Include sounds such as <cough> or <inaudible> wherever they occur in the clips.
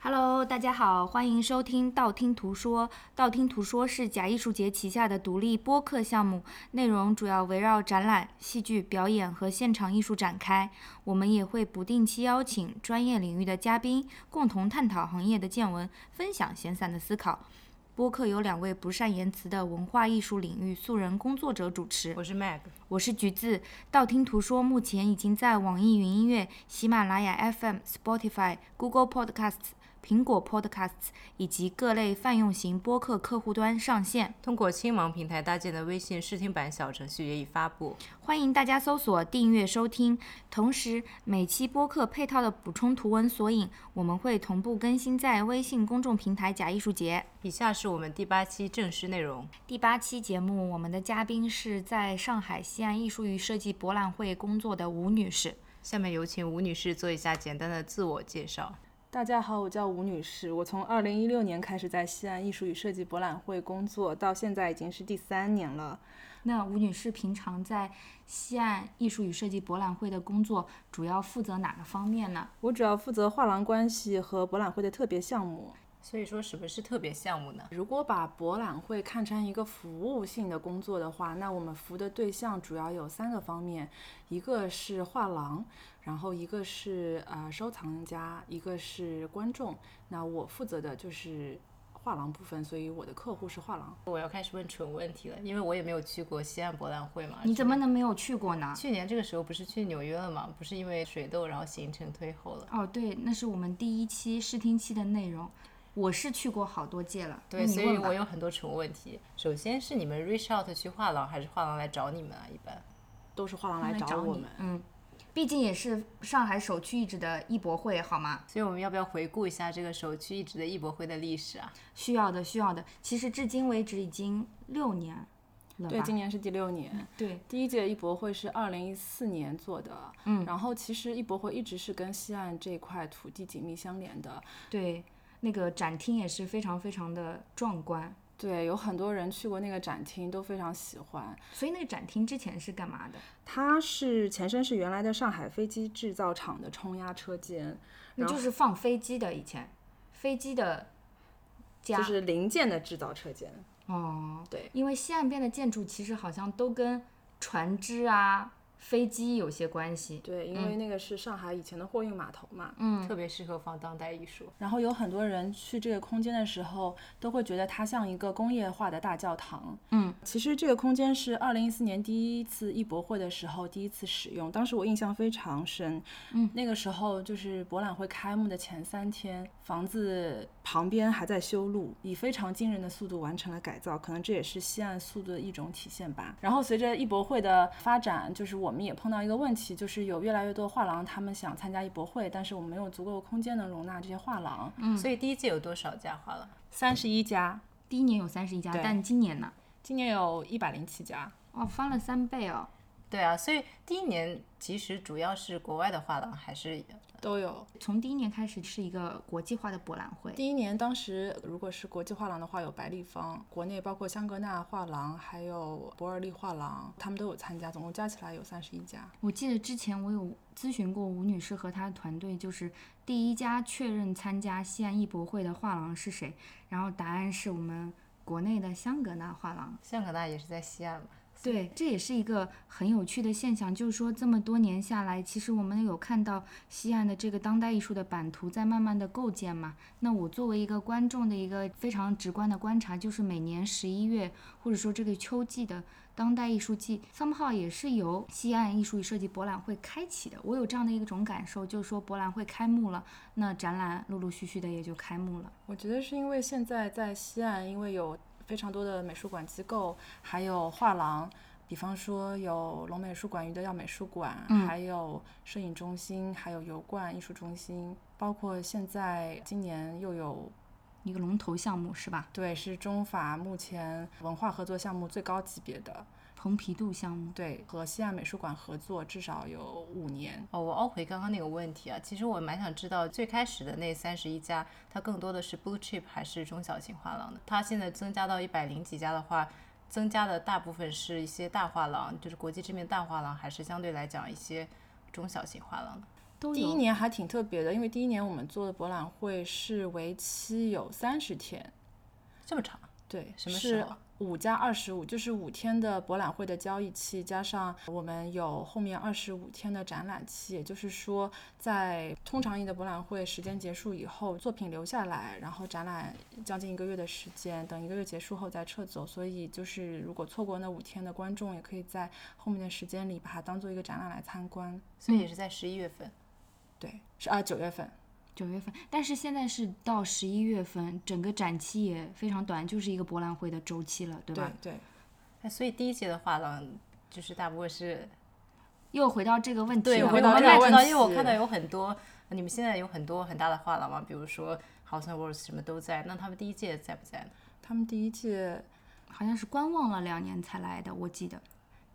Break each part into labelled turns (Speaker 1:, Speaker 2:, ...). Speaker 1: Hello，大家好，欢迎收听道听途说。道听途说是假艺术节旗下的独立播客项目，内容主要围绕展览、戏剧表演和现场艺术展开。我们也会不定期邀请专业领域的嘉宾，共同探讨行业的见闻，分享闲散的思考。播客由两位不善言辞的文化艺术领域素人工作者主持。
Speaker 2: 我是 Mag，
Speaker 1: 我是橘子。道听途说目前已经在网易云音乐、喜马拉雅 FM、Spotify、Google Podcasts、苹果 Podcasts 以及各类泛用型播客客户端上线。
Speaker 2: 通过青芒平台搭建的微信试听版小程序也已发布。
Speaker 1: 欢迎大家搜索订阅收听。同时，每期播客配套的补充图文索引，我们会同步更新在微信公众平台“假艺术节”。
Speaker 2: 以下是我们第八期正式内容。
Speaker 1: 第八期节目，我们的嘉宾是在上海西安艺术与设计博览会工作的吴女士。
Speaker 2: 下面有请吴女士做一下简单的自我介绍。
Speaker 3: 大家好，我叫吴女士，我从二零一六年开始在西安艺术与设计博览会工作，到现在已经是第三年了。
Speaker 1: 那吴女士平常在西岸艺术与设计博览会的工作，主要负责哪个方面呢？
Speaker 3: 我主要负责画廊关系和博览会的特别项目。
Speaker 2: 所以说，什么是特别项目呢？
Speaker 3: 如果把博览会看成一个服务性的工作的话，那我们服务的对象主要有三个方面，一个是画廊，然后一个是呃收藏家，一个是观众。那我负责的就是画廊部分，所以我的客户是画廊。
Speaker 2: 我要开始问蠢问题了，因为我也没有去过西岸博览会嘛。
Speaker 1: 你怎么能没有去过呢？
Speaker 2: 去年这个时候不是去纽约了吗？不是因为水痘，然后行程推后了。
Speaker 1: 哦，对，那是我们第一期试听期的内容。我是去过好多届了，
Speaker 2: 对，
Speaker 1: 那
Speaker 2: 所
Speaker 1: 你
Speaker 2: 以
Speaker 1: 问吧
Speaker 2: 我有很多蠢问题。首先是你们 reach out 去画廊，还是画廊来找你们啊？一般
Speaker 3: 都是画廊
Speaker 1: 来
Speaker 3: 来找
Speaker 1: 找
Speaker 3: 我
Speaker 1: 你
Speaker 3: 们。
Speaker 1: 嗯，毕竟也是上海首屈一指的艺博会，好吗？
Speaker 2: 所以我们要不要回顾一下这个首屈一指的艺博会的历史啊？
Speaker 1: 需要的，需要的。其实至今为止已经六年了吧？嗯
Speaker 3: 对，今年是第六年。
Speaker 1: 对
Speaker 3: 第一届艺博会是二零一四年做的，嗯，然后其实艺博会一直是跟西岸这块土地紧密相连的，
Speaker 1: 对，那个展厅也是非常非常的壮观。
Speaker 3: 对，有很多人去过那个展厅，都非常喜欢。
Speaker 1: 所以那个展厅之前是干嘛的？
Speaker 3: 它是前身是原来的上海飞机制造厂的冲压车间，
Speaker 1: 那就是放飞机的，以前飞机的家、
Speaker 3: 就是零件的制造车间。
Speaker 1: 哦，
Speaker 3: 对，
Speaker 1: 因为西岸边的建筑其实好像都跟船只啊、飞机有些关系。
Speaker 3: 对，因为那个是上海以前的货运码头嘛。
Speaker 2: 嗯，特别适合放当代艺术。
Speaker 3: 然后有很多人去这个空间的时候，都会觉得它像一个工业化的大教堂。嗯，其实这个空间是二零一四年第一次艺博会的时候第一次使用，当时我印象非常深。嗯，那个时候就是博览会开幕的前三天，房子旁边还在修路，以非常惊人的速度完成了改造，可能这也是西岸速度的一种体现吧。然后随着艺博会的发展，就是我们也碰到一个问题，就是有越来越多画廊他们想参加艺博会，但是我们没有足够的空间能容纳这些画廊。
Speaker 2: 嗯，所以第一届有多少家画廊？
Speaker 3: 三十一家，
Speaker 1: 第一年有三十一家，
Speaker 3: 对
Speaker 1: 但今年呢？
Speaker 3: 今年有一百零七家。
Speaker 1: 哦，翻了三倍哦。
Speaker 2: 对啊，所以第一年其实主要是国外的画廊，还是
Speaker 3: 都有。
Speaker 1: 从第一年开始是一个国际化的博览会。
Speaker 3: 第一年，当时如果是国际画廊的话，有白立方，国内包括香格纳画廊，还有伯尔利画廊，他们都有参加，总共加起来有三十一家。
Speaker 1: 我记得之前我有咨询过吴女士和她的团队，就是第一家确认参加西安艺博会的画廊是谁，然后答案是我们国内的香格纳画廊。
Speaker 2: 香格纳也是在西岸嘛？
Speaker 1: 对，这也是一个很有趣的现象，就是说这么多年下来，其实我们有看到西岸的这个当代艺术的版图在慢慢的构建嘛。那我作为一个观众的一个非常直观的观察，就是每年十一月或者说这个秋季的当代艺术季，somehow 也是由西岸艺术与设计博览会开启的。我有这样的一种感受，就是说博览会开幕了，那展览陆陆续续的也就开幕了。
Speaker 3: 我觉得是因为现在在西岸，因为有非常多的美术馆机构，还有画廊，比方说有龙美术馆、余德耀美术馆，还有摄影中心，还有油罐艺术中心，包括现在今年又有
Speaker 1: 一个龙头项目是吧？
Speaker 3: 对，是中法目前文化合作项目最高级别的，
Speaker 1: 蓬皮杜项目。
Speaker 3: 对，和西岸美术馆合作至少有五年。
Speaker 2: 哦，我凹回刚刚那个问题啊，其实我蛮想知道最开始的那三十一家，它更多的是 blue chip 还是中小型画廊的？它现在增加到一百零几家的话，增加的大部分是一些大画廊，就是国际知名大画廊，还是相对来讲一些中小型画廊的？
Speaker 1: 都
Speaker 3: 第一
Speaker 1: 哦有。
Speaker 3: 年还挺特别的，因为第一年我们做的博览会是为期有三十天，
Speaker 2: 这么长？
Speaker 3: 对，
Speaker 2: 什么时
Speaker 3: 是
Speaker 2: 候啊
Speaker 3: 五加二十五，就是五天的博览会的交易期，加上我们有后面二十五天的展览期，也就是说，在通常意的博览会时间结束以后，作品留下来，然后展览将近一个月的时间，等一个月结束后再撤走。所以就是如果错过那五天的观众，也可以在后面的时间里把它当做一个展览来参观。
Speaker 2: 所以也是在十一月份。
Speaker 3: 对，是啊，九月份。
Speaker 1: 九月份，但是现在是到十一月份，整个展期也非常短，就是一个博览会的周期了，对吧？
Speaker 3: 对啊对，
Speaker 2: 哎，所以第一届的画廊就是大部分是
Speaker 1: 又回到这个问题
Speaker 2: 对，
Speaker 1: 了，
Speaker 2: 我
Speaker 3: 回
Speaker 2: 们
Speaker 3: 到
Speaker 2: 我
Speaker 3: 这
Speaker 2: 们
Speaker 3: 个
Speaker 2: 也
Speaker 3: 问
Speaker 2: 知道，因为我
Speaker 3: 题
Speaker 2: 看到有很多，你们现在有很多很大的画廊嘛，比如说 House and Words 什么都在，那他们第一届在不在呢？
Speaker 3: 他们第一届
Speaker 1: 好像是观望了两年才来的，我记得。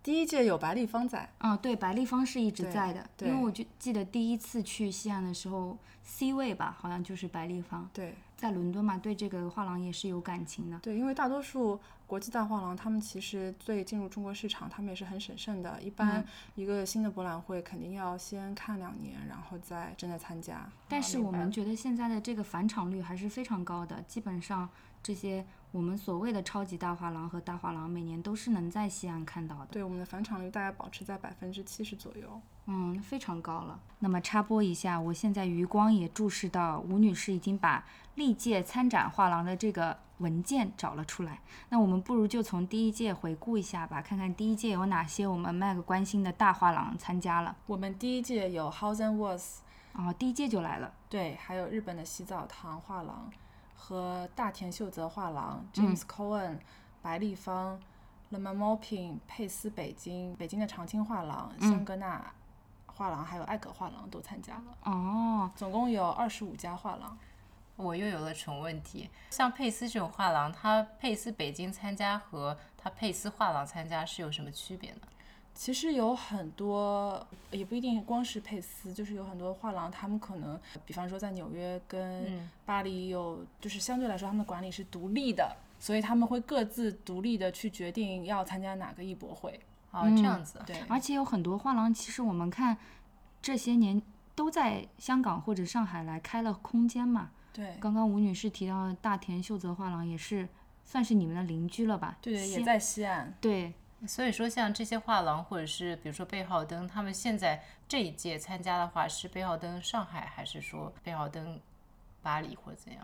Speaker 3: 第一届有白立方在，
Speaker 1: 嗯，对，百丽方是一直
Speaker 3: 对
Speaker 1: 在的，因
Speaker 3: 对
Speaker 1: 为我就记得第一次去西岸的时候，C 位吧，好像就是百丽方，
Speaker 3: 对。
Speaker 1: 在伦敦嘛，对这个画廊也是有感情的。
Speaker 3: 对，因为大多数国际大画廊，他们其实对进入中国市场，他们也是很审慎的。一般一个新的博览会，肯定要先看两年，然后再真的参加。
Speaker 1: 但
Speaker 2: 啊
Speaker 1: 是
Speaker 2: 明
Speaker 1: 我
Speaker 2: 白
Speaker 1: 们
Speaker 2: 了
Speaker 1: 觉得现在的这个返场率还是非常高的，基本上这些我们所谓的超级大画廊和大画廊每年都是能在西岸看到的，
Speaker 3: 对，我们的返场率大概保持在百分之七十左右。
Speaker 1: 嗯，非常高了。那么插播一下，我现在余光也注视到吴女士已经把历届参展画廊的这个文件找了出来。那我们不如就从第一届回顾一下吧，看看第一届有哪些我们 Mag 关心的大画廊参加了。
Speaker 3: 我们第一届有 House and Worth，
Speaker 1: 哦，第一届就来了。
Speaker 3: 对，还有日本的洗澡堂画廊和大田秀泽画廊、James Cohen、白立方、Le m a m o p i n 佩斯北京、北京的长青画廊、香格纳画廊，还有艾可画廊都参加了。
Speaker 1: 哦，
Speaker 3: 总共有二十五家画廊。
Speaker 2: 我又有了蠢问题，像佩斯这种画廊，它佩斯北京参加和它佩斯画廊参加是有什么区别呢？
Speaker 3: 其实有很多，也不一定光是佩斯，就是有很多画廊，他们可能，比方说在纽约跟
Speaker 2: 嗯
Speaker 3: 巴黎有，就是相对来说他们的管理是独立的，所以他们会各自独立的去决定要参加哪个艺博会。
Speaker 2: 哦，这样子啊，
Speaker 3: 嗯对，
Speaker 1: 而且有很多画廊，其实我们看这些年都在香港或者上海来开了空间嘛。
Speaker 3: 对，
Speaker 1: 刚刚吴女士提到的大田秀泽画廊也是算是你们的邻居了吧？
Speaker 3: 对对，
Speaker 1: 西
Speaker 3: 也在西岸。
Speaker 1: 对，
Speaker 2: 所以说像这些画廊或者是比如说贝浩登，他们现在这一届参加的话，是贝浩登上海还是说贝浩登巴黎或者怎样？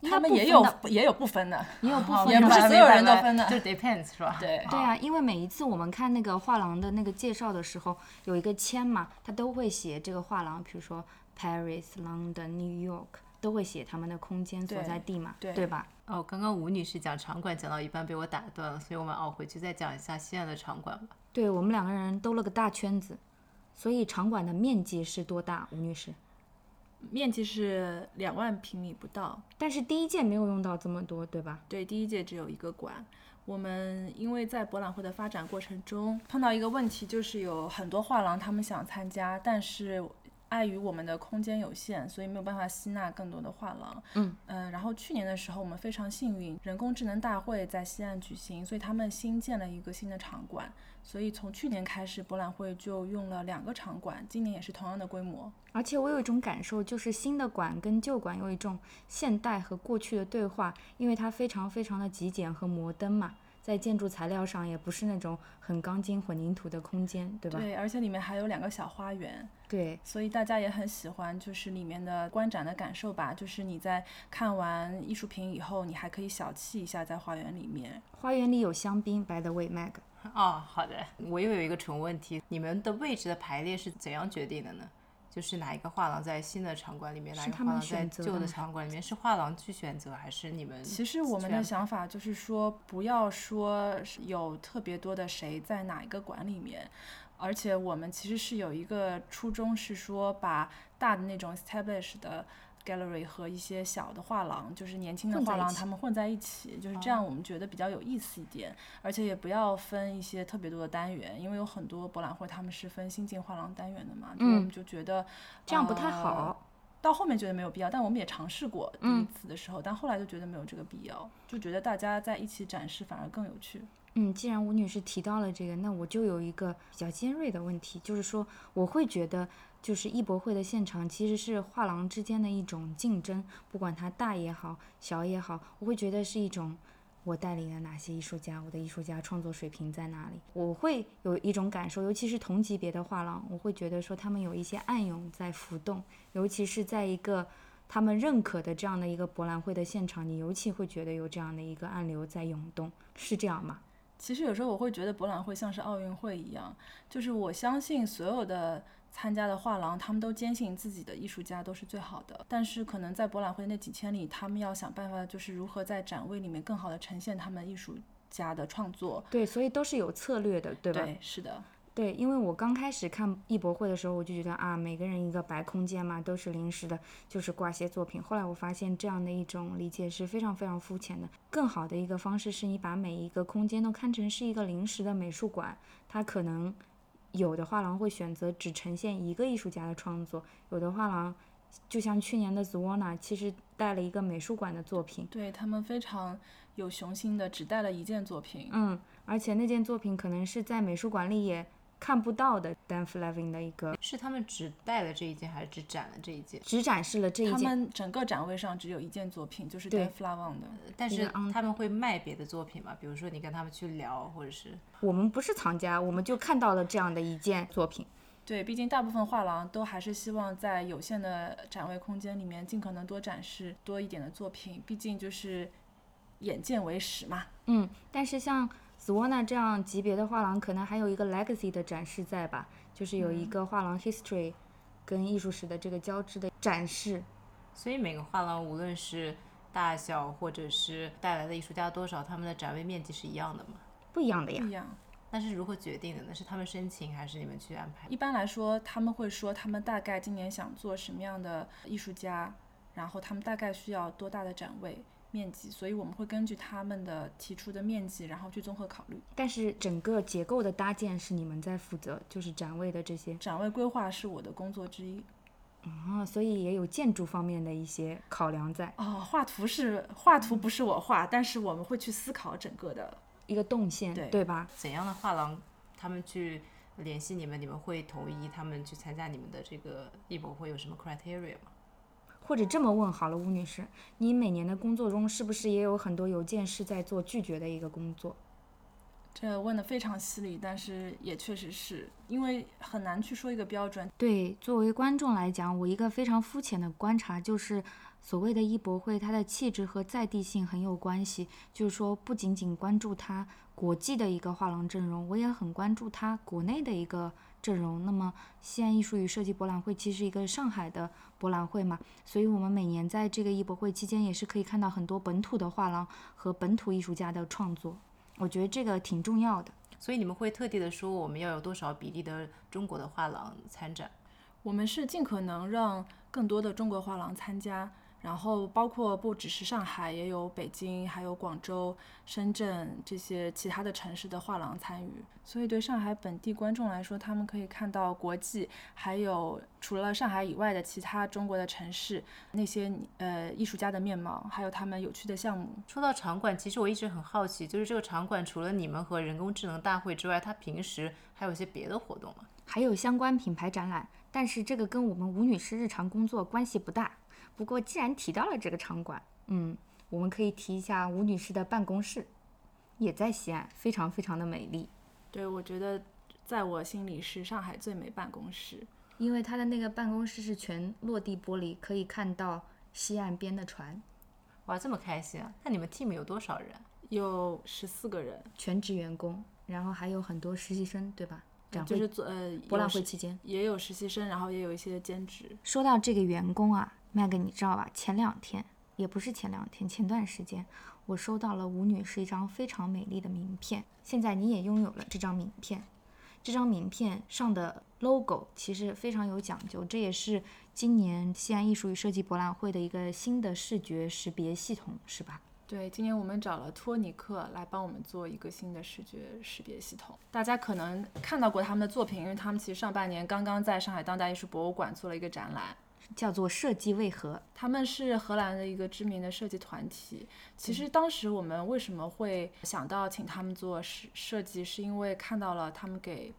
Speaker 1: 应该
Speaker 3: 他们
Speaker 1: 不
Speaker 3: 也
Speaker 1: 分
Speaker 3: 有
Speaker 1: 的
Speaker 3: 也有不分的，
Speaker 1: 也有部分
Speaker 3: 哦也
Speaker 1: 的
Speaker 3: 不是
Speaker 2: 明白
Speaker 3: 所有人
Speaker 2: 明白
Speaker 3: 都分的
Speaker 2: 就 depends 是吧？
Speaker 3: 对
Speaker 1: 对啊，因为每一次我们看那个画廊的那个介绍的时候，有一个签嘛，它都会写这个画廊，比如说 Paris、London、New York，都会写他们的空间所
Speaker 3: 对
Speaker 1: 在地嘛，对
Speaker 3: 对
Speaker 1: 吧？
Speaker 2: 哦，刚刚吴女士讲场馆讲到一半被我打断了，所以我们哦回去再讲一下西安的场馆吧。
Speaker 1: 对我们两个人兜了个大圈子，所以场馆的面积是多大，吴女士？
Speaker 3: 面积是两万平米不到。
Speaker 1: 但是第一届没有用到这么多，对吧？
Speaker 3: 对，第一届只有一个馆。我们因为在博览会的发展过程中碰到一个问题，就是有很多画廊他们想参加，但是碍于我们的空间有限，所以没有办法吸纳更多的画廊。
Speaker 1: 嗯
Speaker 3: 呃然后去年的时候我们非常幸运，人工智能大会在西岸举行，所以他们新建了一个新的场馆。所以从去年开始，博览会就用了两个场馆，今年也是同样的规模。
Speaker 1: 而且我有一种感受，就是新的馆跟旧馆有一种现代和过去的对话，因为它非常非常的极简和摩登嘛，在建筑材料上也不是那种很钢筋混凝土的空间，对吧？
Speaker 3: 对，而且里面还有两个小花园。
Speaker 1: 对
Speaker 3: 所以大家也很喜欢，就是里面的观展的感受吧。就是你在看完艺术品以后，你还可以小憩一下在花园里面。
Speaker 1: 花园里有香槟，by the way，Mag。
Speaker 2: 哦，好的，我又有一个纯问题，你们的位置的排列是怎样决定的呢？就是哪一个画廊在新的场馆里面，哪一个
Speaker 1: 他
Speaker 2: 画
Speaker 1: 们
Speaker 2: 廊在
Speaker 1: 选择的
Speaker 2: 旧的
Speaker 1: 吗
Speaker 2: 场馆里面，是画廊去选择，还是你们？
Speaker 3: 其实我们的想法就是说，不要说是有特别多的谁在哪一个馆里面，而且我们其实是有一个初衷，是说把大的那种 establish 的 gallery 和一些小的画廊，就是年轻的
Speaker 1: 混在
Speaker 3: 画
Speaker 1: 一
Speaker 3: 廊，
Speaker 1: 起哦
Speaker 3: 他们混在一起，就是这样，我们觉得比较有意思一点。而且也不要分一些特别多的单元，因为有很多博览会他们是分新进画廊单元的嘛，就我
Speaker 1: 嗯
Speaker 3: 们就觉得
Speaker 1: 这样不太
Speaker 3: 呃
Speaker 1: 好，
Speaker 3: 到后面觉得没有必要，但我们也尝试过第一次的时候，但后来就觉得没有这个必要，就觉得大家在一起展示反而更有趣。
Speaker 1: 嗯，既然吴女士提到了这个，那我就有一个比较尖锐的问题，就是说，我会觉得，就是艺博会的现场其实是画廊之间的一种竞争，不管它大也好，小也好，我会觉得是一种我带领了哪些艺术家，我的艺术家创作水平在哪里，我会有一种感受，尤其是同级别的画廊，我会觉得说他们有一些暗涌在浮动，尤其是在一个。他们认可的这样的一个博览会的现场，你尤其会觉得有这样的一个暗流在涌动，是这样吗？
Speaker 3: 其实有时候我会觉得博览会像是奥运会一样，就是我相信所有的参加的画廊，他们都坚信自己的艺术家都是最好的。但是可能在博览会那几天里，他们要想办法，就是如何在展位里面更好的呈现他们艺术家的创作。
Speaker 1: 对，所以都是有策略的，对吧？
Speaker 3: 对，是的。
Speaker 1: 对，因为我刚开始看艺博会的时候，我就觉得啊，每个人一个白空间嘛，都是临时的，就是挂些作品。后来我发现这样的一种理解是非常非常肤浅的。更好的一个方式是你把每一个空间都看成是一个临时的美术馆，它可能有的画廊会选择只呈现一个艺术家的创作，有的画廊就像去年的 Zuona，其实带了一个美术馆的作品。
Speaker 3: 对他们非常有雄心的，只带了一件作品。
Speaker 1: 嗯，而且那件作品可能是在美术馆里也。看不到的 Dan Flavin 的一个
Speaker 2: 是他们只带了这一件，还是只展了这一件？
Speaker 1: 只展示了这一件。
Speaker 3: 他们整个展位上只有一件作品，就是 Dan Flavin 的。
Speaker 2: 但是他们会卖别的作品嘛？比如说你跟他们去聊，或者是
Speaker 1: 我们不是藏家，我们就看到了这样的一件作品。
Speaker 3: 对，毕竟大部分画廊都还是希望在有限的展位空间里面，尽可能多展示多一点的作品。毕竟就是眼见为实嘛。
Speaker 1: 嗯，但是像。Zuona 这样级别的画廊，可能还有一个 legacy 的展示在吧，就是有
Speaker 3: 嗯
Speaker 1: 一个画廊 history 跟艺术史的这个交织的展示。
Speaker 2: 所以每个画廊无论是大小或者是带来的艺术家多少，他们的展位面积是一样的吗？
Speaker 1: 不一样的呀。
Speaker 3: 不一样。
Speaker 2: 那是如何决定的呢？是他们申请还是你们去安排？
Speaker 3: 一般来说，他们会说他们大概今年想做什么样的艺术家，然后他们大概需要多大的展位。面积，所以我们会根据他们的提出的面积，然后去综合考虑。
Speaker 1: 但是整个结构的搭建是你们在负责，就是展位的这些
Speaker 3: 展位规划是我的工作之一。
Speaker 1: 啊、哦，所以也有建筑方面的一些考量在。
Speaker 3: 哦，画图是画图不是我画，但是我们会去思考整个的
Speaker 1: 一个动线，
Speaker 3: 对
Speaker 1: 对吧？
Speaker 2: 怎样的画廊他们去联系你们，你们会同意他们去参加你们的这个艺博会有什么 criteria 吗？
Speaker 1: 或者这么问好了，吴女士，你每年的工作中是不是也有很多邮件是在做拒绝的一个工作？
Speaker 3: 这问的非常犀利，但是也确实是因为很难去说一个标准。
Speaker 1: 对，作为观众来讲，我一个非常肤浅的观察就是，所谓的艺博会，它的气质和在地性很有关系。就是说，不仅仅关注它国际的一个画廊阵容，我也很关注它国内的一个。阵容，那么西安艺术与设计博览会其实一个上海的博览会嘛，所以我们每年在这个艺博会期间也是可以看到很多本土的画廊和本土艺术家的创作，我觉得这个挺重要的。
Speaker 2: 所以你们会特地的说我们要有多少比例的中国的画廊参展？
Speaker 3: 我们是尽可能让更多的中国画廊参加，然后包括不只是上海，也有北京、还有广州、深圳这些其他的城市的画廊参与。所以，对上海本地观众来说，他们可以看到国际，还有除了上海以外的其他中国的城市那些呃艺术家的面貌，还有他们有趣的项目。
Speaker 2: 说到场馆，其实我一直很好奇，就是这个场馆除了你们和人工智能大会之外，它平时还有一些别的活动吗？
Speaker 1: 还有相关品牌展览，但是这个跟我们吴女士日常工作关系不大。不过既然提到了这个场馆，嗯，我们可以提一下吴女士的办公室，也在西安，非常非常的美丽。
Speaker 3: 对，我觉得在我心里是上海最美办公室，
Speaker 1: 因为它的那个办公室是全落地玻璃，可以看到西岸边的船。
Speaker 2: 哇，这么开心啊！那你们 team 有多少人？啊
Speaker 3: 有十四个人，
Speaker 1: 全职员工，然后还有很多实习生，对吧？展
Speaker 3: 就是做呃
Speaker 1: 博览会期间
Speaker 3: 也有实习生，然后也有一些兼职。
Speaker 1: 说到这个员工啊，Meg，你知道吧？前两天也不是前两天，前段时间我收到了吴女士一张非常美丽的名片。现在你也拥有了这张名片，这张名片上的 logo 其实非常有讲究，这也是今年西安艺术与设计博览会的一个新的视觉识别系统，是吧？
Speaker 3: 对，今年我们找了托尼克来帮我们做一个新的视觉识别系统。大家可能看到过他们的作品，因为他们其实上半年刚刚在上海当代艺术博物馆做了一个展览。
Speaker 1: 叫做设计为何。
Speaker 3: 他们是荷兰的一个知名的设计团体。其
Speaker 1: 嗯
Speaker 3: 实当时我们为什么会想到请他们做设设计，是因为看到了他们给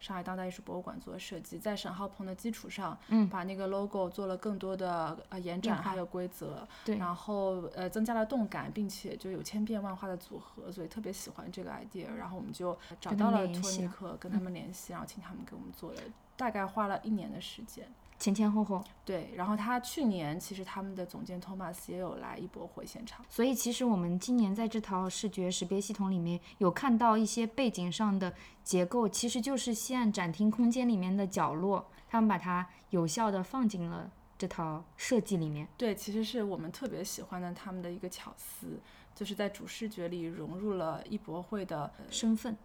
Speaker 3: 上海当代艺术博物馆做的设计，在沈浩鹏的基础上，嗯，把那个 logo 做了更多的呃延展，还有规则，
Speaker 1: 对
Speaker 3: 然后呃增加了动感，并且就有千变万化的组合，所以特别喜欢这个 idea。然后我们就找
Speaker 1: 跟他
Speaker 3: 到
Speaker 1: 们
Speaker 3: 了
Speaker 1: 联
Speaker 3: 托
Speaker 1: 系
Speaker 3: 尼
Speaker 1: 了嗯
Speaker 3: 克，跟他们联系，然后请他们给我们做的，大概花了一年的时间。
Speaker 1: 前前后后，
Speaker 3: 对，然后他去年其实他们的总监 Thomas 也有来艺博会现场，
Speaker 1: 所以其实我们今年在这套视觉识别系统里面有看到一些背景上的结构，其实就是西岸展厅空间里面的角落，他们把它有效的放进了这套设计里面。
Speaker 3: 对，其实是我们特别喜欢的他们的一个巧思，就是在主视觉里融入了艺博会的，呃
Speaker 1: 身份，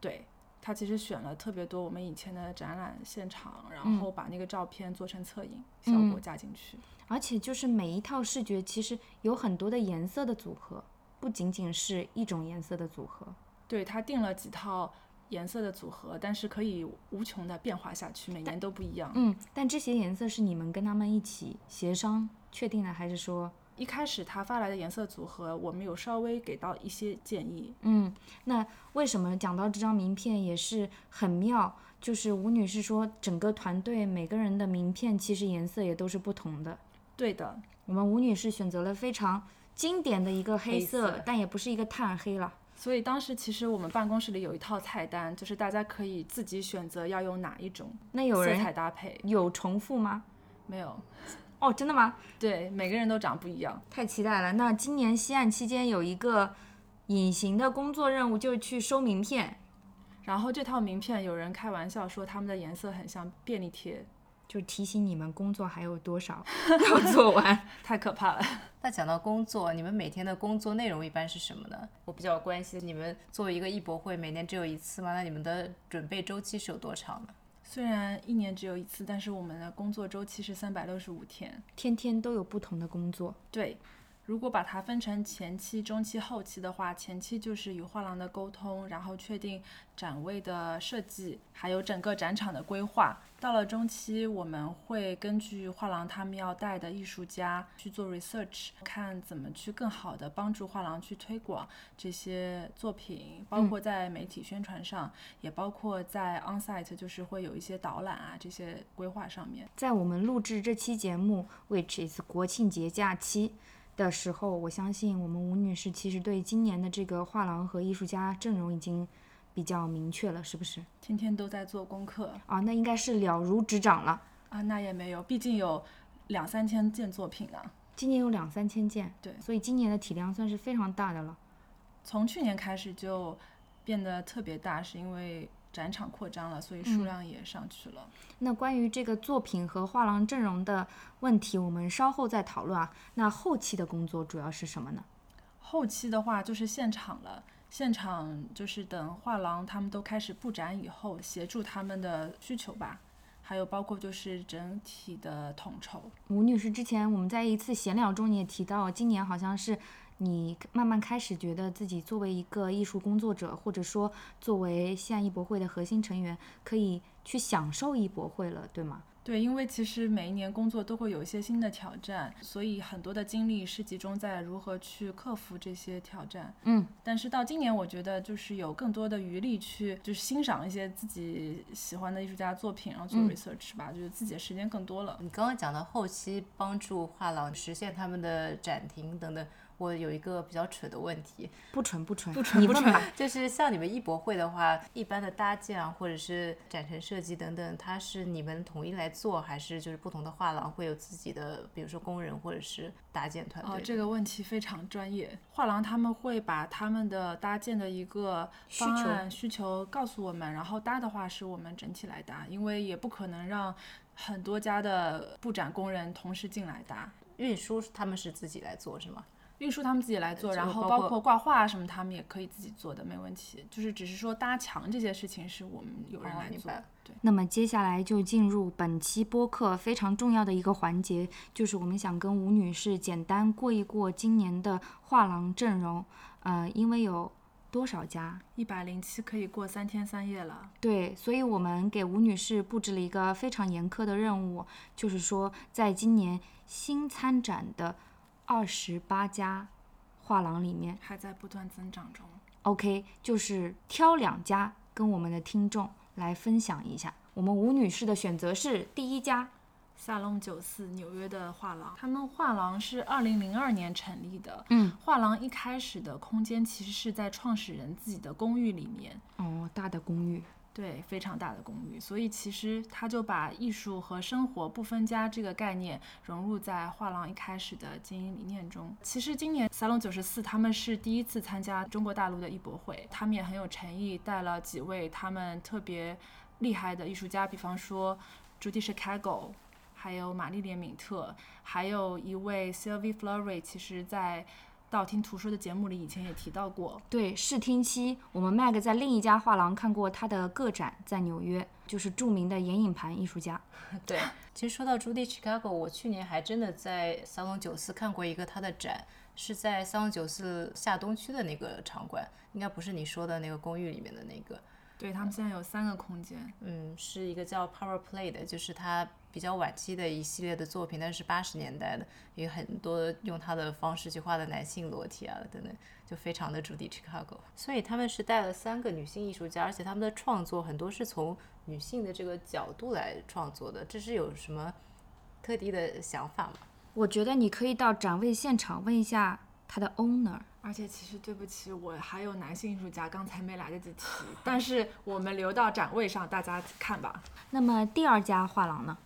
Speaker 3: 对。他其实选了特别多我们以前的展览现场，
Speaker 1: 嗯
Speaker 3: 然后把那个照片做成侧影、效果
Speaker 1: 嗯
Speaker 3: 加进去。
Speaker 1: 而且就是每一套视觉其实有很多的颜色的组合，不仅仅是一种颜色的组合。
Speaker 3: 对他定了几套颜色的组合，但是可以无穷的变化下去，每年都不一样。
Speaker 1: 嗯，但这些颜色是你们跟他们一起协商确定的，还是说
Speaker 3: 一开始他发来的颜色组合，我们有稍微给到一些建议，
Speaker 1: 嗯，那为什么讲到这张名片也是很妙？就是吴女士说，整个团队每个人的名片其实颜色也都是不同的。
Speaker 3: 对的，
Speaker 1: 我们吴女士选择了非常经典的一个黑
Speaker 3: 黑
Speaker 1: 色，
Speaker 3: 色
Speaker 1: 但也不是一个炭黑了。
Speaker 3: 所以当时其实我们办公室里有一套菜单，就是大家可以自己选择要用哪一种
Speaker 1: 那有
Speaker 3: 色
Speaker 1: 人
Speaker 3: 彩搭配。
Speaker 1: 有重复吗？
Speaker 3: 没有，
Speaker 1: 哦，真的吗？
Speaker 3: 对，每个人都长不一样。
Speaker 1: 太期待了。那今年西岸期间有一个隐形的工作任务，就是去收名片，
Speaker 3: 然后这套名片，有人开玩笑说它们的颜色很像便利贴，
Speaker 1: 就是提醒你们工作还有多少 <laughs> 要做完。
Speaker 3: 太可怕了。 <laughs>
Speaker 2: 那讲到工作，你们每天的工作内容一般是什么呢？我比较关心你们作为一个艺博会，每年只有一次吗？那你们的准备周期是有多长呢？
Speaker 3: 虽然一年只有一次，但是我们的工作周期是三百六十五天。
Speaker 1: 天天都有不同的工作，
Speaker 3: 对，如果把它分成前期、中期、后期的话，前期就是与画廊的沟通，然后确定展位的设计，还有整个展场的规划。到了中期，我们会根据画廊他们要带的艺术家去做 research，看怎么去更好的帮助画廊去推广这些作品，包括在媒体宣传上，也包括在 onsite 就是会有一些导览啊这些规划上面。
Speaker 1: 在我们录制这期节目，which is 国庆节假期的时候，我相信我们吴女士其实对今年的这个画廊和艺术家阵容已经比较明确了，是不是？
Speaker 3: 天天都在做功课，
Speaker 1: 啊，那应该是了如指掌了。
Speaker 3: 啊，那也没有，毕竟有两三千件作品呢。
Speaker 1: 今年有两三千件，
Speaker 3: 对
Speaker 1: 所以今年的体量算是非常大的了。
Speaker 3: 从去年开始就变得特别大，是因为展场扩张了，所以数量也上去了。
Speaker 1: 那关于这个作品和画廊阵容的问题，我们稍后再讨论啊。那后期的工作主要是什么呢？
Speaker 3: 后期的话就是现场了。现场就是等画廊他们都开始布展以后，协助他们的需求吧，还有包括就是整体的统筹。
Speaker 1: 吴女士，之前我们在一次闲聊中你也提到，今年好像是你慢慢开始觉得自己作为一个艺术工作者，或者说作为西安艺博会的核心成员，可以去享受艺博会了，对吗？
Speaker 3: 对，因为其实每一年工作都会有一些新的挑战，所以很多的精力是集中在如何去克服这些挑战。
Speaker 1: 嗯，
Speaker 3: 但是到今年，我觉得就是有更多的余力去就是欣赏一些自己喜欢的艺术家作品，然后做 research 吧，就是自己的时间更多了。
Speaker 2: 你刚刚讲到后期帮助画廊实现他们的展厅等等，我有一个比较蠢的问题，
Speaker 1: 不纯不纯，不纯你问吧。
Speaker 2: 就是像你们艺博会的话，一般的搭建啊，或者是展陈设计等等，它是你们统一来做，还是就是不同的画廊会有自己的，比如说工人或者是搭建团队？
Speaker 3: 哦，这个问题非常专业。画廊他们会把他们的搭建的一个
Speaker 1: 需
Speaker 3: 方
Speaker 1: 求
Speaker 3: 案需求告诉我们，然后搭的话是我们整体来搭，因为也不可能让很多家的布展工人同时进来搭。
Speaker 2: 运输他们是自己来做是吗？
Speaker 3: 运输他们自己来做，
Speaker 2: 这个
Speaker 3: 然后
Speaker 2: 包
Speaker 3: 包
Speaker 2: 括
Speaker 3: 括挂画啊什么，他们也可以自己做的，没问题。就是只是说搭墙这些事情是我们有人
Speaker 2: 哦
Speaker 3: 来
Speaker 2: 明
Speaker 3: 做
Speaker 2: 白了。
Speaker 3: 对，
Speaker 1: 那么接下来就进入本期播客非常重要的一个环节，就是我们想跟吴女士简单过一过今年的画廊阵容。呃，因为有多少家？
Speaker 3: 一百零七可以过三天三夜了。
Speaker 1: 对，所以我们给吴女士布置了一个非常严苛的任务，就是说，在今年新参展的二十八家画廊里面
Speaker 3: 还在不断增长中。
Speaker 1: ，OK，就是挑两家跟我们的听众来分享一下。我们吴女士的选择是第一家，
Speaker 3: 萨隆九四，纽约的画廊，他们画廊是二零零二年成立的。
Speaker 1: 嗯，
Speaker 3: 画廊一开始的空间其实是在创始人自己的公寓里面，
Speaker 1: 哦，大的公寓，
Speaker 3: 对，非常大的公寓，所以其实他就把艺术和生活不分家这个概念融入在画廊一开始的经营理念中。其实今年沙龙九十四他们是第一次参加中国大陆的艺博会，他们也很有诚意，带了几位他们特别厉害的艺术家，比方说朱迪 Chicago，还有玛丽莲敏特，还有一位 Sylvie Fleury，其实在道听途说的节目里以前也提到过。
Speaker 1: 对，试听期，我们 Mag 在另一家画廊看过她的个展，在纽约，就是著名的眼影盘艺术家。
Speaker 2: 对，其实说到 Judy Chicago，我去年还真的在三龙九四看过一个她的展，是在三龙九四下东区的那个场馆，应该不是你说的那个公寓里面的那个。
Speaker 3: 对他们现在有三个空间。
Speaker 2: 嗯，是一个叫 Power Play 的，就是他比较晚期的一系列的作品，但是八十年代的，有很多用他的方式去画的男性裸体啊等等，就非常的主题 Chicago。所以他们是带了三个女性艺术家，而且他们的创作很多是从女性的这个角度来创作的，这是有什么特地的想法吗？
Speaker 1: 我觉得你可以到展位现场问一下他的 owner。
Speaker 3: 而且其实对不起，我还有男性艺术家，刚才没来得及提，但是我们留到展位上大家看吧。
Speaker 1: 那么第二家画廊呢？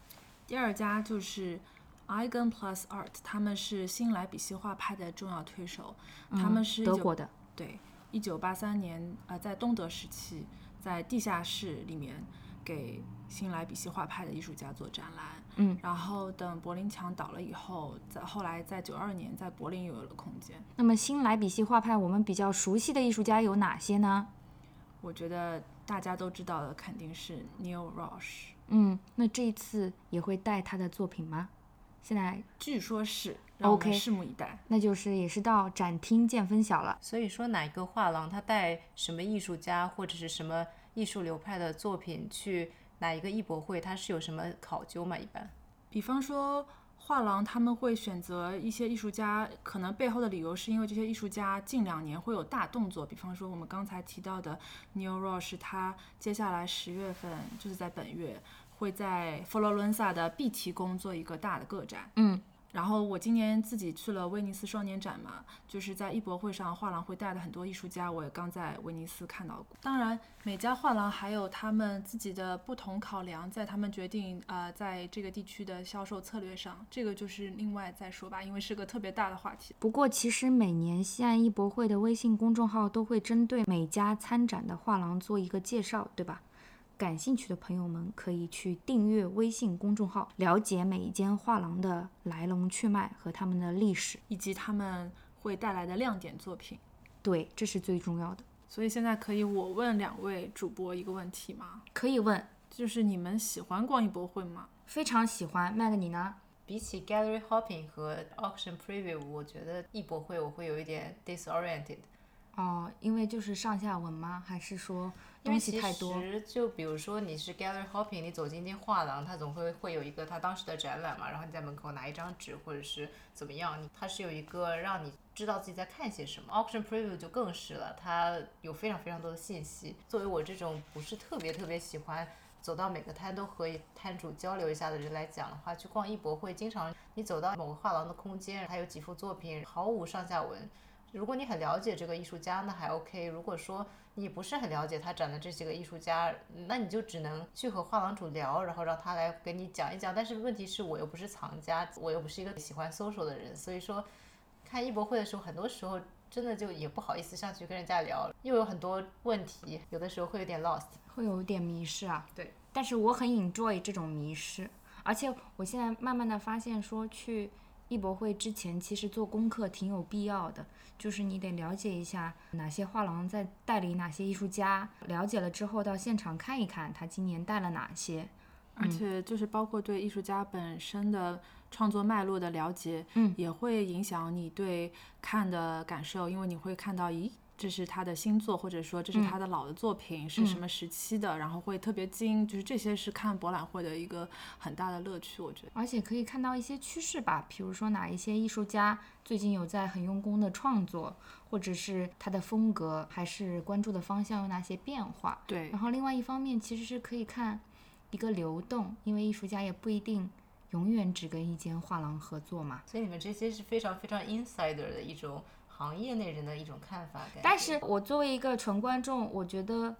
Speaker 3: 第二家就是 Eigen Plus Art，他们是新莱比锡画派的重要推手，他们是
Speaker 1: 嗯德
Speaker 3: 19
Speaker 1: 国的，
Speaker 3: 对，一九八三年，呃，在东德时期，在地下室里面给新莱比锡画派的艺术家做展览。
Speaker 1: 嗯，
Speaker 3: 然后等柏林墙倒了以后，在后来在九二年在柏林又有了空间。
Speaker 1: 那么新莱比锡画派我们比较熟悉的艺术家有哪些呢？
Speaker 3: 我觉得大家都知道的肯定是 Neil Roche，
Speaker 1: 嗯，那这一次也会带他的作品吗？现在
Speaker 3: 据说是，让我们
Speaker 1: OK
Speaker 3: 拭目以待。
Speaker 1: 那就是也是到展厅见分晓了。
Speaker 2: 所以说哪一个画廊他带什么艺术家或者是什么艺术流派的作品去哪一个艺博会，它是有什么考究吗？一般？
Speaker 3: 比方说，画廊他们会选择一些艺术家，可能背后的理由是因为这些艺术家近两年会有大动作。比方说，我们刚才提到的 Neil Roche，他接下来十月份就是在本月会在佛罗伦萨的碧提宫做一个大的个展。
Speaker 1: 嗯。
Speaker 3: 然后我今年自己去了威尼斯双年展嘛，就是在艺博会上，画廊会带的很多艺术家，我也刚在威尼斯看到过。当然，每家画廊还有他们自己的不同考量，在他们决定呃在这个地区的销售策略上，这个就是另外再说吧，因为是个特别大的话题。
Speaker 1: 不过，其实每年西岸艺博会的微信公众号都会针对每家参展的画廊做一个介绍，对吧？感兴趣的朋友们可以去订阅微信公众号，了解每一间画廊的来龙去脉和他们的历史。
Speaker 3: 以及他们会带来的亮点作品。
Speaker 1: 对，这是最重要的。
Speaker 3: 所以现在可以我问两位主播一个问题吗？
Speaker 1: 可以问，
Speaker 3: 就是你们喜欢逛艺博会吗？
Speaker 1: 非常喜欢麦格你呢？
Speaker 2: 比起 gallery hopping 和 auction preview，我觉得艺博会我会有一点 disoriented，
Speaker 1: 哦，因为就是上下文吗？还是说
Speaker 2: 因
Speaker 1: 东
Speaker 2: 为
Speaker 1: 西
Speaker 2: 其
Speaker 1: 太多？
Speaker 2: 实就比如说你是 gallery hopping，你走进一间画廊，它总会会有一个它当时的展览嘛，然后你在门口拿一张纸或者是怎么样，你它是有一个让你知道自己在看些什么。auction preview 就更是了，它有非常非常多的信息。作为我这种不是特别特别喜欢。走到每个摊都和摊主交流一下的人来讲的话，去逛艺博会，经常你走到某个画廊的空间，它有几幅作品毫无上下文，如果你很了解这个艺术家，那还 OK；如果说你不是很了解他展的这几个艺术家，那你就只能去和画廊主聊，然后让他来给你讲一讲。但是问题是我又不是藏家，我又不是一个喜欢 social 的人，所以说看艺博会的时候，很多时候真的就也不好意思上去跟人家聊，又有很多问题，有的时候会有点 lost。
Speaker 1: 会有点迷失啊。
Speaker 2: 对，
Speaker 1: 但是我很 enjoy 这种迷失，而且我现在慢慢的发现说，去艺博会之前，其实做功课挺有必要的，就是你得了解一下哪些画廊在带领哪些艺术家，了解了之后到现场看一看他今年带了哪些。
Speaker 3: 而且就是包括对艺术家本身的创作脉络的了解，
Speaker 1: 嗯
Speaker 3: 也会影响你对看的感受，因为你会看到，咦，这是他的新作，或者说这是他的老的作品，是什么时期的，然后会特别精，就是这些是看博览会的一个很大的乐趣，我觉得。
Speaker 1: 而且可以看到一些趋势吧，比如说哪一些艺术家最近有在很用功的创作，或者是他的风格还是关注的方向有哪些变化。
Speaker 3: 对
Speaker 1: 然后另外一方面其实是可以看一个流动，因为艺术家也不一定永远只跟一间画廊合作嘛。
Speaker 2: 所以你们这些是非常非常 insider 的一种行业内人的一种看法。感觉
Speaker 1: 但是我作为一个纯观众，我觉得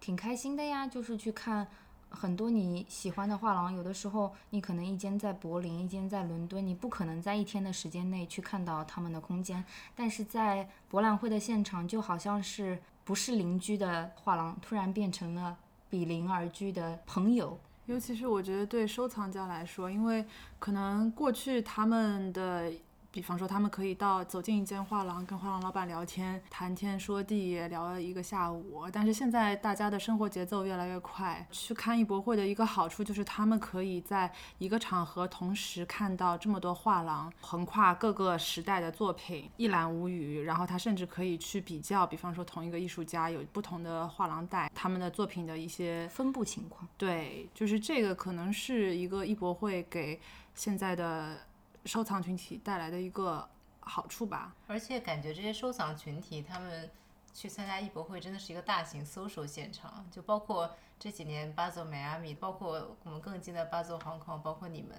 Speaker 1: 挺开心的呀，就是去看很多你喜欢的画廊，有的时候你可能一间在柏林，一间在伦敦，你不可能在一天的时间内去看到他们的空间，但是在博览会的现场，就好像是不是邻居的画廊突然变成了比邻而居的朋友，
Speaker 3: 尤其是我觉得对收藏家来说，因为可能过去他们的，比方说他们可以到走进一间画廊，跟画廊老板聊天，谈天说地，聊了一个下午。但是现在大家的生活节奏越来越快，去看艺博会的一个好处就是他们可以在一个场合同时看到这么多画廊，横跨各个时代的作品，一览无余。然后他甚至可以去比较，比方说同一个艺术家有不同的画廊带他们的作品的一些
Speaker 1: 分布情况。
Speaker 3: 对，就是这个可能是一个艺博会给现在的收藏群体带来的一个好处吧。
Speaker 2: 而且感觉这些收藏群体，他们去参加艺博会真的是一个大型 social 现场，就包括这几年巴走迈阿密，包括我们更近的巴走 Hong Kong，包括你们，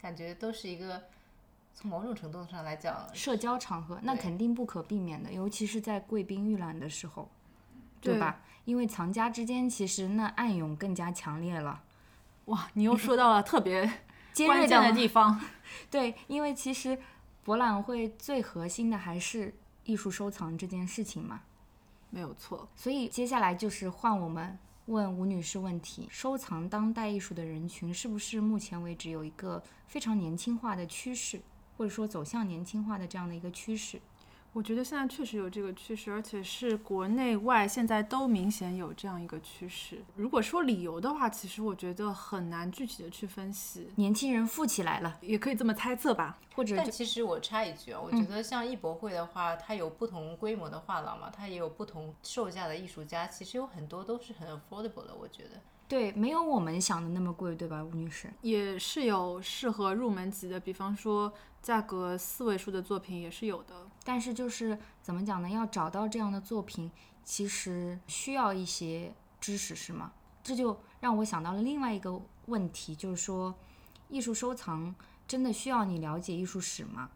Speaker 2: 感觉都是一个从某种程度上来讲，
Speaker 1: 社交场合，那
Speaker 2: 对
Speaker 1: 肯定不可避免的，尤其是在贵宾预览的时候，对
Speaker 3: 对
Speaker 1: 吧？因为藏家之间其实那暗涌更加强烈了，
Speaker 3: 哇，你又说到了特别
Speaker 1: <laughs> 尖锐
Speaker 3: 关键的
Speaker 1: 的
Speaker 3: 地方，
Speaker 1: 对，因为其实博览会最核心的还是艺术收藏这件事情嘛，
Speaker 3: 没有错。
Speaker 1: 所以接下来就是换我们问吴女士问题：收藏当代艺术的人群是不是目前为止有一个非常年轻化的趋势，或者说走向年轻化的这样的一个趋势？
Speaker 3: 我觉得现在确实有这个趋势，而且是国内外现在都明显有这样一个趋势。如果说理由的话，其实我觉得很难具体的去分析，
Speaker 1: 年轻人富起来了，
Speaker 3: 也可以这么猜测吧。
Speaker 1: 或者
Speaker 2: 但其实我插一句啊，
Speaker 1: 嗯
Speaker 2: 我觉得像艺博会的话，它有不同规模的画廊嘛，它也有不同售价的艺术家，其实有很多都是很 affordable 的，我觉得。
Speaker 1: 对，没有我们想的那么贵，对吧，吴女士？
Speaker 3: 也是有适合入门级的，比方说价格四位数的作品也是有的。
Speaker 1: 但是就是怎么讲呢？要找到这样的作品，其实需要一些知识，是吗？这就让我想到了另外一个问题，就是说，艺术收藏真的需要你了解艺术史吗？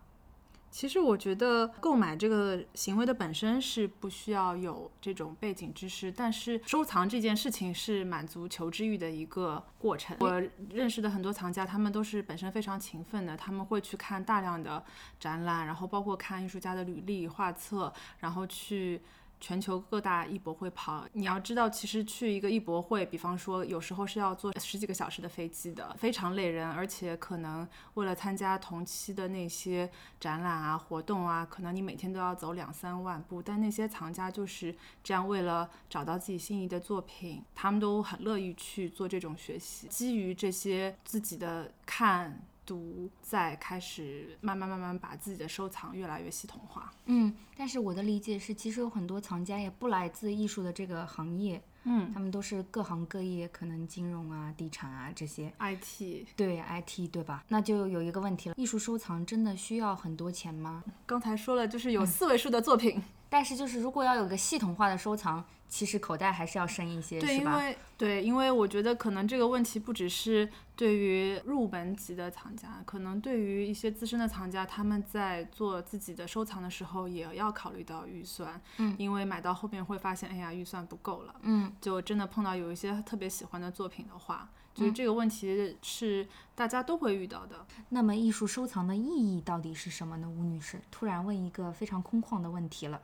Speaker 3: 其实我觉得购买这个行为的本身是不需要有这种背景知识，但是收藏这件事情是满足求知欲的一个过程。我认识的很多藏家，他们都是本身非常勤奋的，他们会去看大量的展览，然后包括看艺术家的履历、画册，然后去。全球各大艺博会跑，你要知道，其实去一个艺博会，比方说有时候是要坐十几个小时的飞机的，非常累人，而且可能为了参加同期的那些展览啊、活动啊，可能你每天都要走两三万步。但那些藏家就是这样，为了找到自己心仪的作品，他们都很乐意去做这种学习，基于这些自己的看。读，再开始慢慢慢慢把自己的收藏越来越系统化。
Speaker 1: 嗯，但是我的理解是，其实有很多藏家也不来自艺术的这个行业，嗯，他们都是各行各业，可能金融啊、地产啊这些，
Speaker 3: IT
Speaker 1: 对 IT 对吧？那就有一个问题了，艺术收藏真的需要很多钱吗？
Speaker 3: 刚才说了，就是
Speaker 1: 嗯
Speaker 3: 有四位数的作品，
Speaker 1: 但是就是如果要有个系统化的收藏，其实口袋还是要深一些，
Speaker 3: 对，
Speaker 1: 是
Speaker 3: 因
Speaker 1: 吧？
Speaker 3: 为对，因为我觉得可能这个问题不只是对于入门级的藏家，可能对于一些资深的藏家，他们在做自己的收藏的时候，也要考虑到预算。嗯，因为买到后面会发现，哎呀，预算不够了。
Speaker 1: 嗯，
Speaker 3: 就真的碰到有一些特别喜欢的作品的话，就是
Speaker 1: 嗯
Speaker 3: 这个问题是大家都会遇到的。
Speaker 1: 那么艺术收藏的意义到底是什么呢？吴女士突然问一个非常空旷的问题了。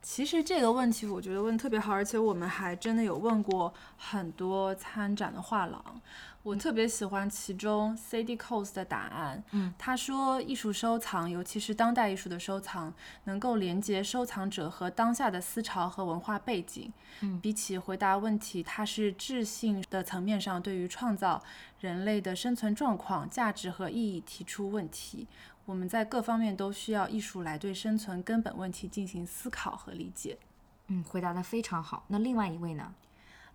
Speaker 3: 其实这个问题我觉得问得特别好，而且我们还真的有问过很多参展的画廊。我特别喜欢其中 C.D. Coase 的答案。
Speaker 1: 嗯，
Speaker 3: 他说艺术收藏，尤其是当代艺术的收藏，能够连接收藏者和当下的思潮和文化背景。
Speaker 1: 嗯
Speaker 3: 比起回答问题，它是智性的层面上对于创造人类的生存状况、价值和意义提出问题。我们在各方面都需要艺术来对生存根本问题进行思考和理解。
Speaker 1: 嗯，回答的非常好。那另外一位呢？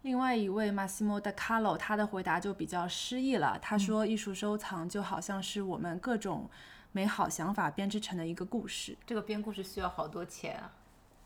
Speaker 3: 另外一位 Massimo da Carlo，他的回答就比较诗意了。他说，艺术收藏就好像是我们各种美好想法编织成的一个故事。
Speaker 2: 这个编故事需要好多钱啊！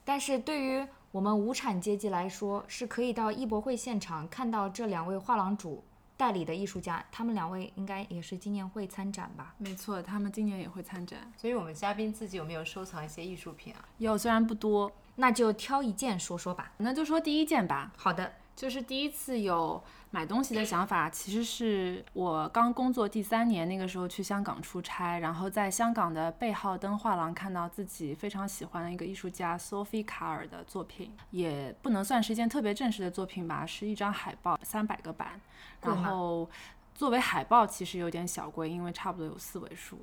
Speaker 1: 但是对于我们无产阶级来说，是可以到艺博会现场看到这两位画廊主代理的艺术家，他们两位应该也是今年会参展吧？
Speaker 3: 没错，他们今年也会参展。
Speaker 2: 所以我们嘉宾自己有没有收藏一些艺术品啊？
Speaker 3: 有，虽然不多，
Speaker 1: 那就挑一件说说吧。
Speaker 3: 那就说第一件吧。
Speaker 1: 好的，
Speaker 3: 就是第一次有买东西的想法，其实是我刚工作第三年，那个时候去香港出差，然后在香港的贝浩登画廊看到自己非常喜欢的一个艺术家 Sophie 卡尔的作品，也不能算是一件特别正式的作品吧，是一张海报，三百个版，
Speaker 1: 贵吗
Speaker 3: 然后作为海报其实有点小贵，因为差不多有四位数。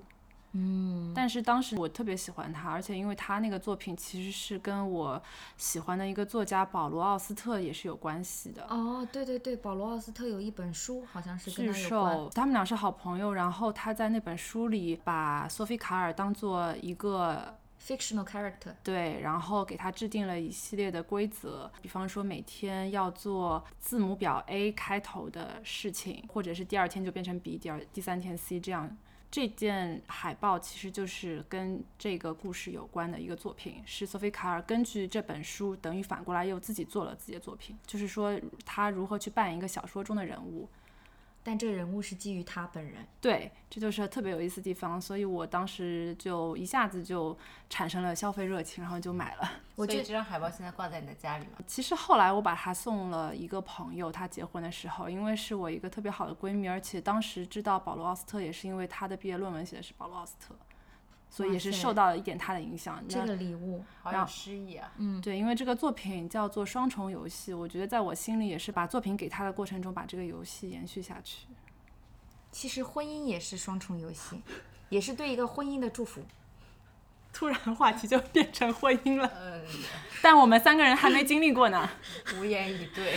Speaker 1: 嗯，
Speaker 3: 但是当时我特别喜欢他，而且因为他那个作品其实是跟我喜欢的一个作家保罗·奥斯特也是有关系的。
Speaker 1: 哦，对对对，保罗·奥斯特有一本书，好像是跟他有
Speaker 3: 巨
Speaker 1: 关。
Speaker 3: 兽，他们俩是好朋友。然后他在那本书里把索菲卡尔当做一个
Speaker 1: fictional character。
Speaker 3: 对，然后给他制定了一系列的规则，比方说每天要做字母表 A 开头的事情，或者是第二天就变成 B，第二第三天 C 这样。这件海报其实就是跟这个故事有关的一个作品，是索菲卡尔根据这本书，等于反过来又自己做了自己的作品，就是说他如何去扮演一个小说中的人物。
Speaker 1: 但这人物是基于他本人。
Speaker 3: 对，这就是特别有意思的地方，所以我当时就一下子就产生了消费热情，然后就哦买了。
Speaker 1: 我
Speaker 2: 所以
Speaker 1: 这
Speaker 2: 这张海报现在挂在你的家里吗？
Speaker 3: 其实后来我把它送了一个朋友，她结婚的时候，因为是我一个特别好的闺蜜，而且当时知道保罗·奥斯特也是因为她的毕业论文写的是保罗·奥斯特，所以也是
Speaker 1: 哇塞
Speaker 3: 受到了一点她的影响。
Speaker 1: 这
Speaker 3: 那
Speaker 1: 个礼物，
Speaker 2: 好有诗意啊！
Speaker 3: 对，因为这个作品叫做《双重游戏》，我觉得在我心里也是把作品给她的过程中，把这个游戏延续下去。 <laughs>
Speaker 1: 其实婚姻也是双重游戏，也是对一个婚姻的祝福。
Speaker 3: 突然话题就变成婚姻了，
Speaker 1: 呃
Speaker 2: 嗯，
Speaker 3: 但我们三个人还没经历过呢。
Speaker 2: 无言以对。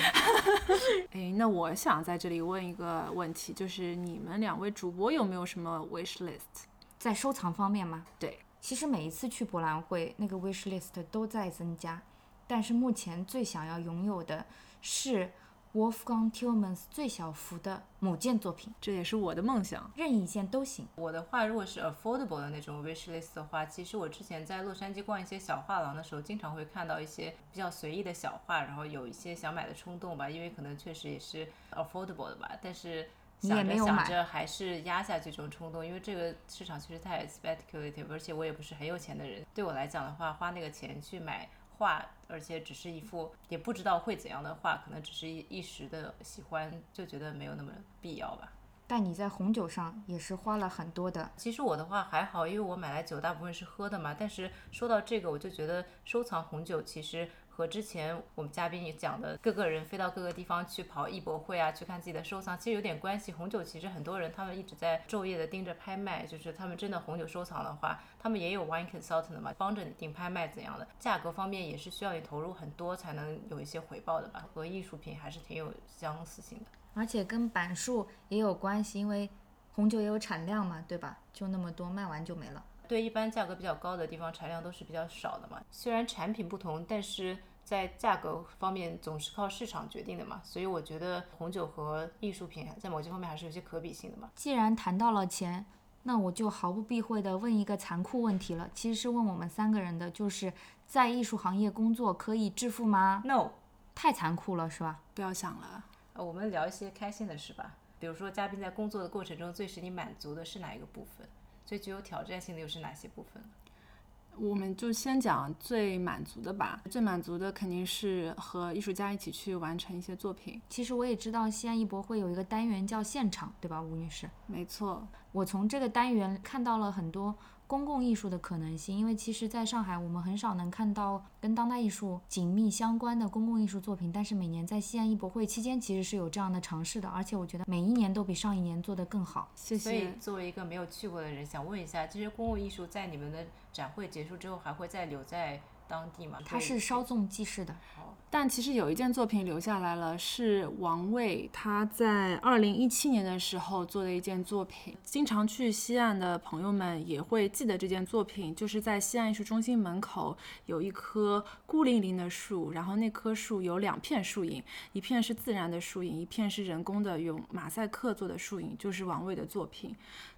Speaker 3: 诶，哎那我想在这里问一个问题，就是你们两位主播有没有什么 wish list？
Speaker 1: 在收藏方面吗？
Speaker 3: 对，
Speaker 1: 其实每一次去博览会，那个 wish list 都在增加，但是目前最想要拥有的是 Wolfgang Tillmans 最小幅的某件作品，
Speaker 3: 这也是我的梦想。
Speaker 1: 任意一件都行。
Speaker 2: 我的话，如果是 affordable 的那种 wish list 的话，其实我之前在洛杉矶逛一些小画廊的时候，经常会看到一些比较随意的小画，然后有一些想买的冲动吧，因为可能确实也是 affordable 的吧，但是。
Speaker 1: 也
Speaker 2: 想
Speaker 1: 没
Speaker 2: 着
Speaker 1: 有买
Speaker 2: 想着还是压下这种冲动，因为这个市场确实太 speculative，而且我也不是很有钱的人。对我来讲的话，花那个钱去买画，而且只是一幅也不知道会怎样的画，可能只是一一时的喜欢，就觉得没有那么必要吧。
Speaker 1: 但你在红酒上也是花了很多的，
Speaker 2: 其实我的话还好，因为我买来酒大部分是喝的嘛。但是说到这个，我就觉得收藏红酒其实和之前我们嘉宾也讲的，各个人飞到各个地方去跑艺博会啊，去看自己的收藏，其实有点关系。红酒其实很多人他们一直在昼夜的盯着拍卖，就是他们真的红酒收藏的话，他们也有 wine consultant 的嘛，帮着你定拍卖怎样的，价格方面也是需要你投入很多才能有一些回报的吧，和艺术品还是挺有相似性的。
Speaker 1: 而且跟版数也有关系，因为红酒也有产量嘛，对吧？就那么多，卖完就没了。
Speaker 2: 对一般价格比较高的地方，产量都是比较少的嘛。虽然产品不同，但是在价格方面总是靠市场决定的嘛。所以我觉得红酒和艺术品在某些方面还是有些可比性的嘛。
Speaker 1: 既然谈到了钱，那我就毫不避讳地问一个残酷问题了，其实是问我们三个人的，就是在艺术行业工作可以致富吗？
Speaker 2: No，
Speaker 1: 太残酷了，是吧？
Speaker 3: 不要想了，
Speaker 2: 呃我们聊一些开心的事吧。比如说，嘉宾在工作的过程中最使你满足的是哪一个部分？最具有挑战性的又是哪些部分？
Speaker 3: 我们就先讲最满足的吧。最满足的肯定是和艺术家一起去完成一些作品。
Speaker 1: 其实我也知道西安艺博会有一个单元叫现场，对吧，吴女士？
Speaker 3: 没错，
Speaker 1: 我从这个单元看到了很多公共艺术的可能性，因为其实在上海，我们很少能看到跟当代艺术紧密相关的公共艺术作品，但是每年在西安艺博会期间，其实是有这样的尝试的，而且我觉得每一年都比上一年做得更好。
Speaker 3: 谢
Speaker 2: 所以
Speaker 3: 谢，。
Speaker 2: 作为一个没有去过的人，想问一下，这些公共艺术在你们的展会结束之后还会再留在当地嘛？
Speaker 1: 它是稍纵即逝的。
Speaker 3: 但其实有一件作品留下来了，是王卫他在二零一七年的时候做的一件作品。经常去西岸的朋友们也会记得这件作品，就是在西岸艺术中心门口有一棵孤零零的树，然后那棵树有两片树影，一片是自然的树影，一片是人工的，用马赛克做的树影，就是王卫的作品。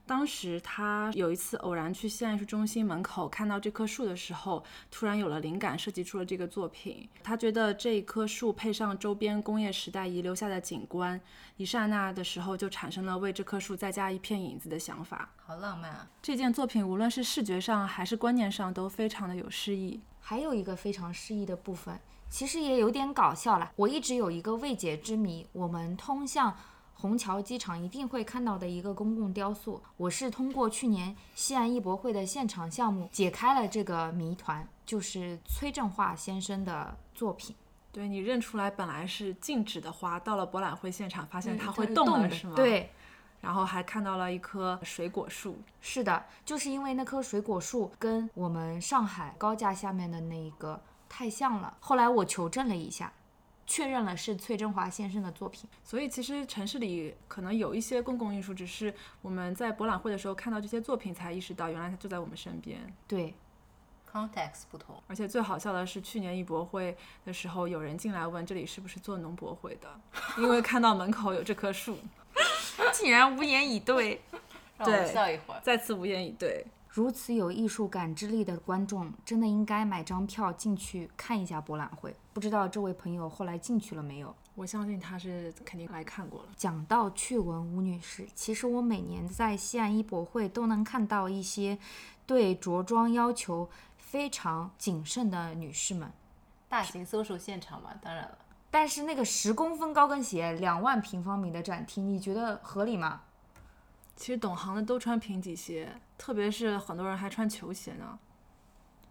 Speaker 3: 当时他有一次偶然去西安艺术中心门口看到这棵树的时候，突然有了灵感，设计出了这个作品。他觉得这一棵树配上周边工业时代遗留下的景观，一刹那的时候就产生了为这棵树再加一片影子的想法。
Speaker 2: 好浪漫啊！
Speaker 3: 这件作品无论是视觉上还是观念上都非常的有诗意。
Speaker 1: 还有一个非常诗意的部分，其实也有点搞笑啦。我一直有一个未解之谜，我们通向。虹桥机场一定会看到的一个公共雕塑，我是通过去年西安艺博会的现场项目解开了这个谜团，就是崔振华先生的作
Speaker 3: <laughs>
Speaker 1: 品。
Speaker 3: 对你认出来本来是静止的花，到了博览会现场发现
Speaker 1: 嗯
Speaker 3: 它
Speaker 1: 它
Speaker 3: 会
Speaker 1: 是
Speaker 3: 动了，
Speaker 1: 的
Speaker 3: 是吗？。
Speaker 1: 对，
Speaker 3: 然后还看到了一棵水果树，
Speaker 1: 是的，就是因为那棵水果树跟我们上海高架下面的那一个太像了。后来我求证了一下，确认了是崔振华先生的作品。
Speaker 3: 所以其实城市里可能有一些公共艺术，只是我们在博览会的时候看到这些作品，才意识到原来它就在我们身边。
Speaker 1: 对，
Speaker 2: context 不同，
Speaker 3: 而且最好笑的是，去年艺博会的时候，有人进来问这里是不是做农博会的， <laughs> 因为看到门口有这棵树，
Speaker 1: <laughs> 竟然无言以对。
Speaker 2: 让我们
Speaker 3: 对
Speaker 2: 笑一会儿。
Speaker 3: 再次无言以对。
Speaker 1: <laughs> 如此有艺术感知力的观众，真的应该买张票进去看一下博览会。不知道这位朋友后来进去了没有？
Speaker 3: 我相信他是肯定来看过了。
Speaker 1: 讲到趣闻，吴女士，其实我每年在西安艺博会都能看到一些对着装要求非常谨慎的女士们，
Speaker 2: 大型搜索现场嘛，当然了，
Speaker 1: 但是那个十公分高跟鞋，两万平方米的展厅，你觉得合理吗？
Speaker 3: 其实懂行的都穿平底鞋，特别是很多人还穿球鞋呢，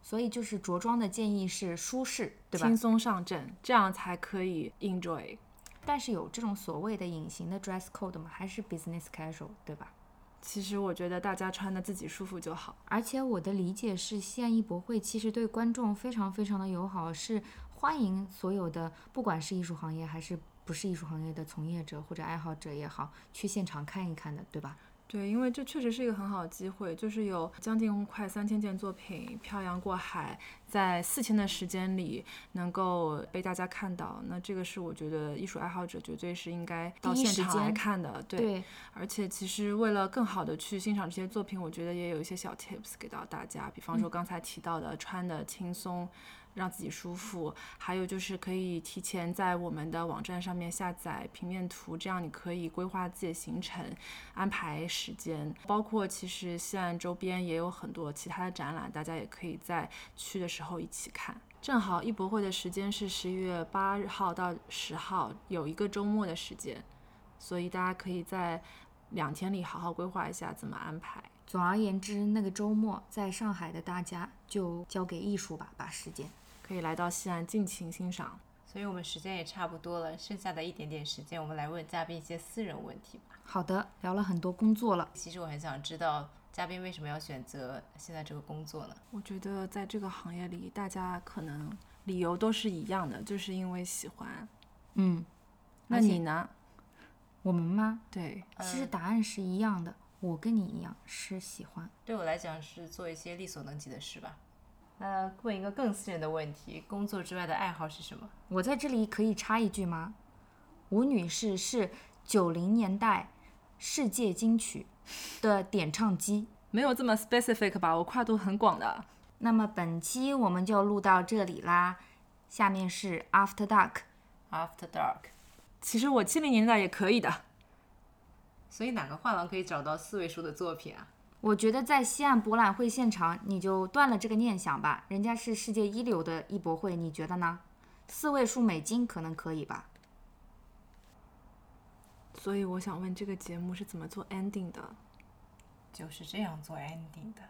Speaker 1: 所以就是着装的建议是舒适，对吧
Speaker 3: 轻？松上阵，这样才可以 enjoy。
Speaker 1: 但是有这种所谓的隐形的 dress code 吗？还是 business casual，对吧？
Speaker 3: 其实我觉得大家穿的自己舒服就好。
Speaker 1: 而且我的理解是，西安艺博会其实对观众非常非常的友好，是欢迎所有的，不管是艺术行业还是不是艺术行业的从业者或者爱好者也好，去现场看一看的，对吧？
Speaker 3: 对，因为这确实是一个很好的机会，就是有将近快三千件作品漂洋过海，在四天的时间里能够被大家看到，那这个是我觉得艺术爱好者绝对是应该到
Speaker 1: 第一
Speaker 3: 现
Speaker 1: 时
Speaker 3: 场来
Speaker 1: 间
Speaker 3: 看的。对，而且其实为了更好的去欣赏这些作品，我觉得也有一些小 tips 给到大家，比方说刚才提到的穿的轻松，让自己舒服，还有就是可以提前在我们的网站上面下载平面图，这样你可以规划自己的行程，安排时间。包括其实西岸周边也有很多其他的展览，大家也可以在去的时候一起看。正好艺博会的时间是十一月八号到十号，有一个周末的时间，所以大家可以在两天里好好规划一下怎么安排。
Speaker 1: 总而言之，那个周末在上海的大家就交给艺术吧，把时间。
Speaker 3: 可以来到西安尽情欣赏。
Speaker 2: 所以我们时间也差不多了，剩下的一点点时间，我们来问嘉宾一些私人问题吧。
Speaker 1: 好的，聊了很多工作了，
Speaker 2: 其实我很想知道，嘉宾为什么要选择现在这个工作呢？
Speaker 3: 我觉得在这个行业里，大家可能理由都是一样的，就是因为喜欢。
Speaker 1: 嗯，
Speaker 3: 那你呢？
Speaker 1: 我们吗？
Speaker 3: 对，
Speaker 1: 其实答案是一样的，我跟你一样是喜欢。
Speaker 2: 对我来讲是做一些力所能及的事吧。那问一个更私人的问题，工作之外的爱好是什么？
Speaker 1: 我在这里可以插一句吗？吴女士是九零年代世界金曲的点唱机。
Speaker 3: 没有这么 specific 吧？我跨度很广的。
Speaker 1: 那么本期我们就录到这里啦，下面是 After Dark。
Speaker 2: After Dark。
Speaker 3: 其实我七零年代也可以的。
Speaker 2: 所以哪个画廊可以找到四位数的作品啊？
Speaker 1: 我觉得在西岸博览会现场，你就断了这个念想吧。人家是世界一流的艺博会，你觉得呢？四位数美金可能可以吧？
Speaker 3: 所以我想问，这个节目是怎么做 ending 的？
Speaker 2: 就是这样做 ending 的。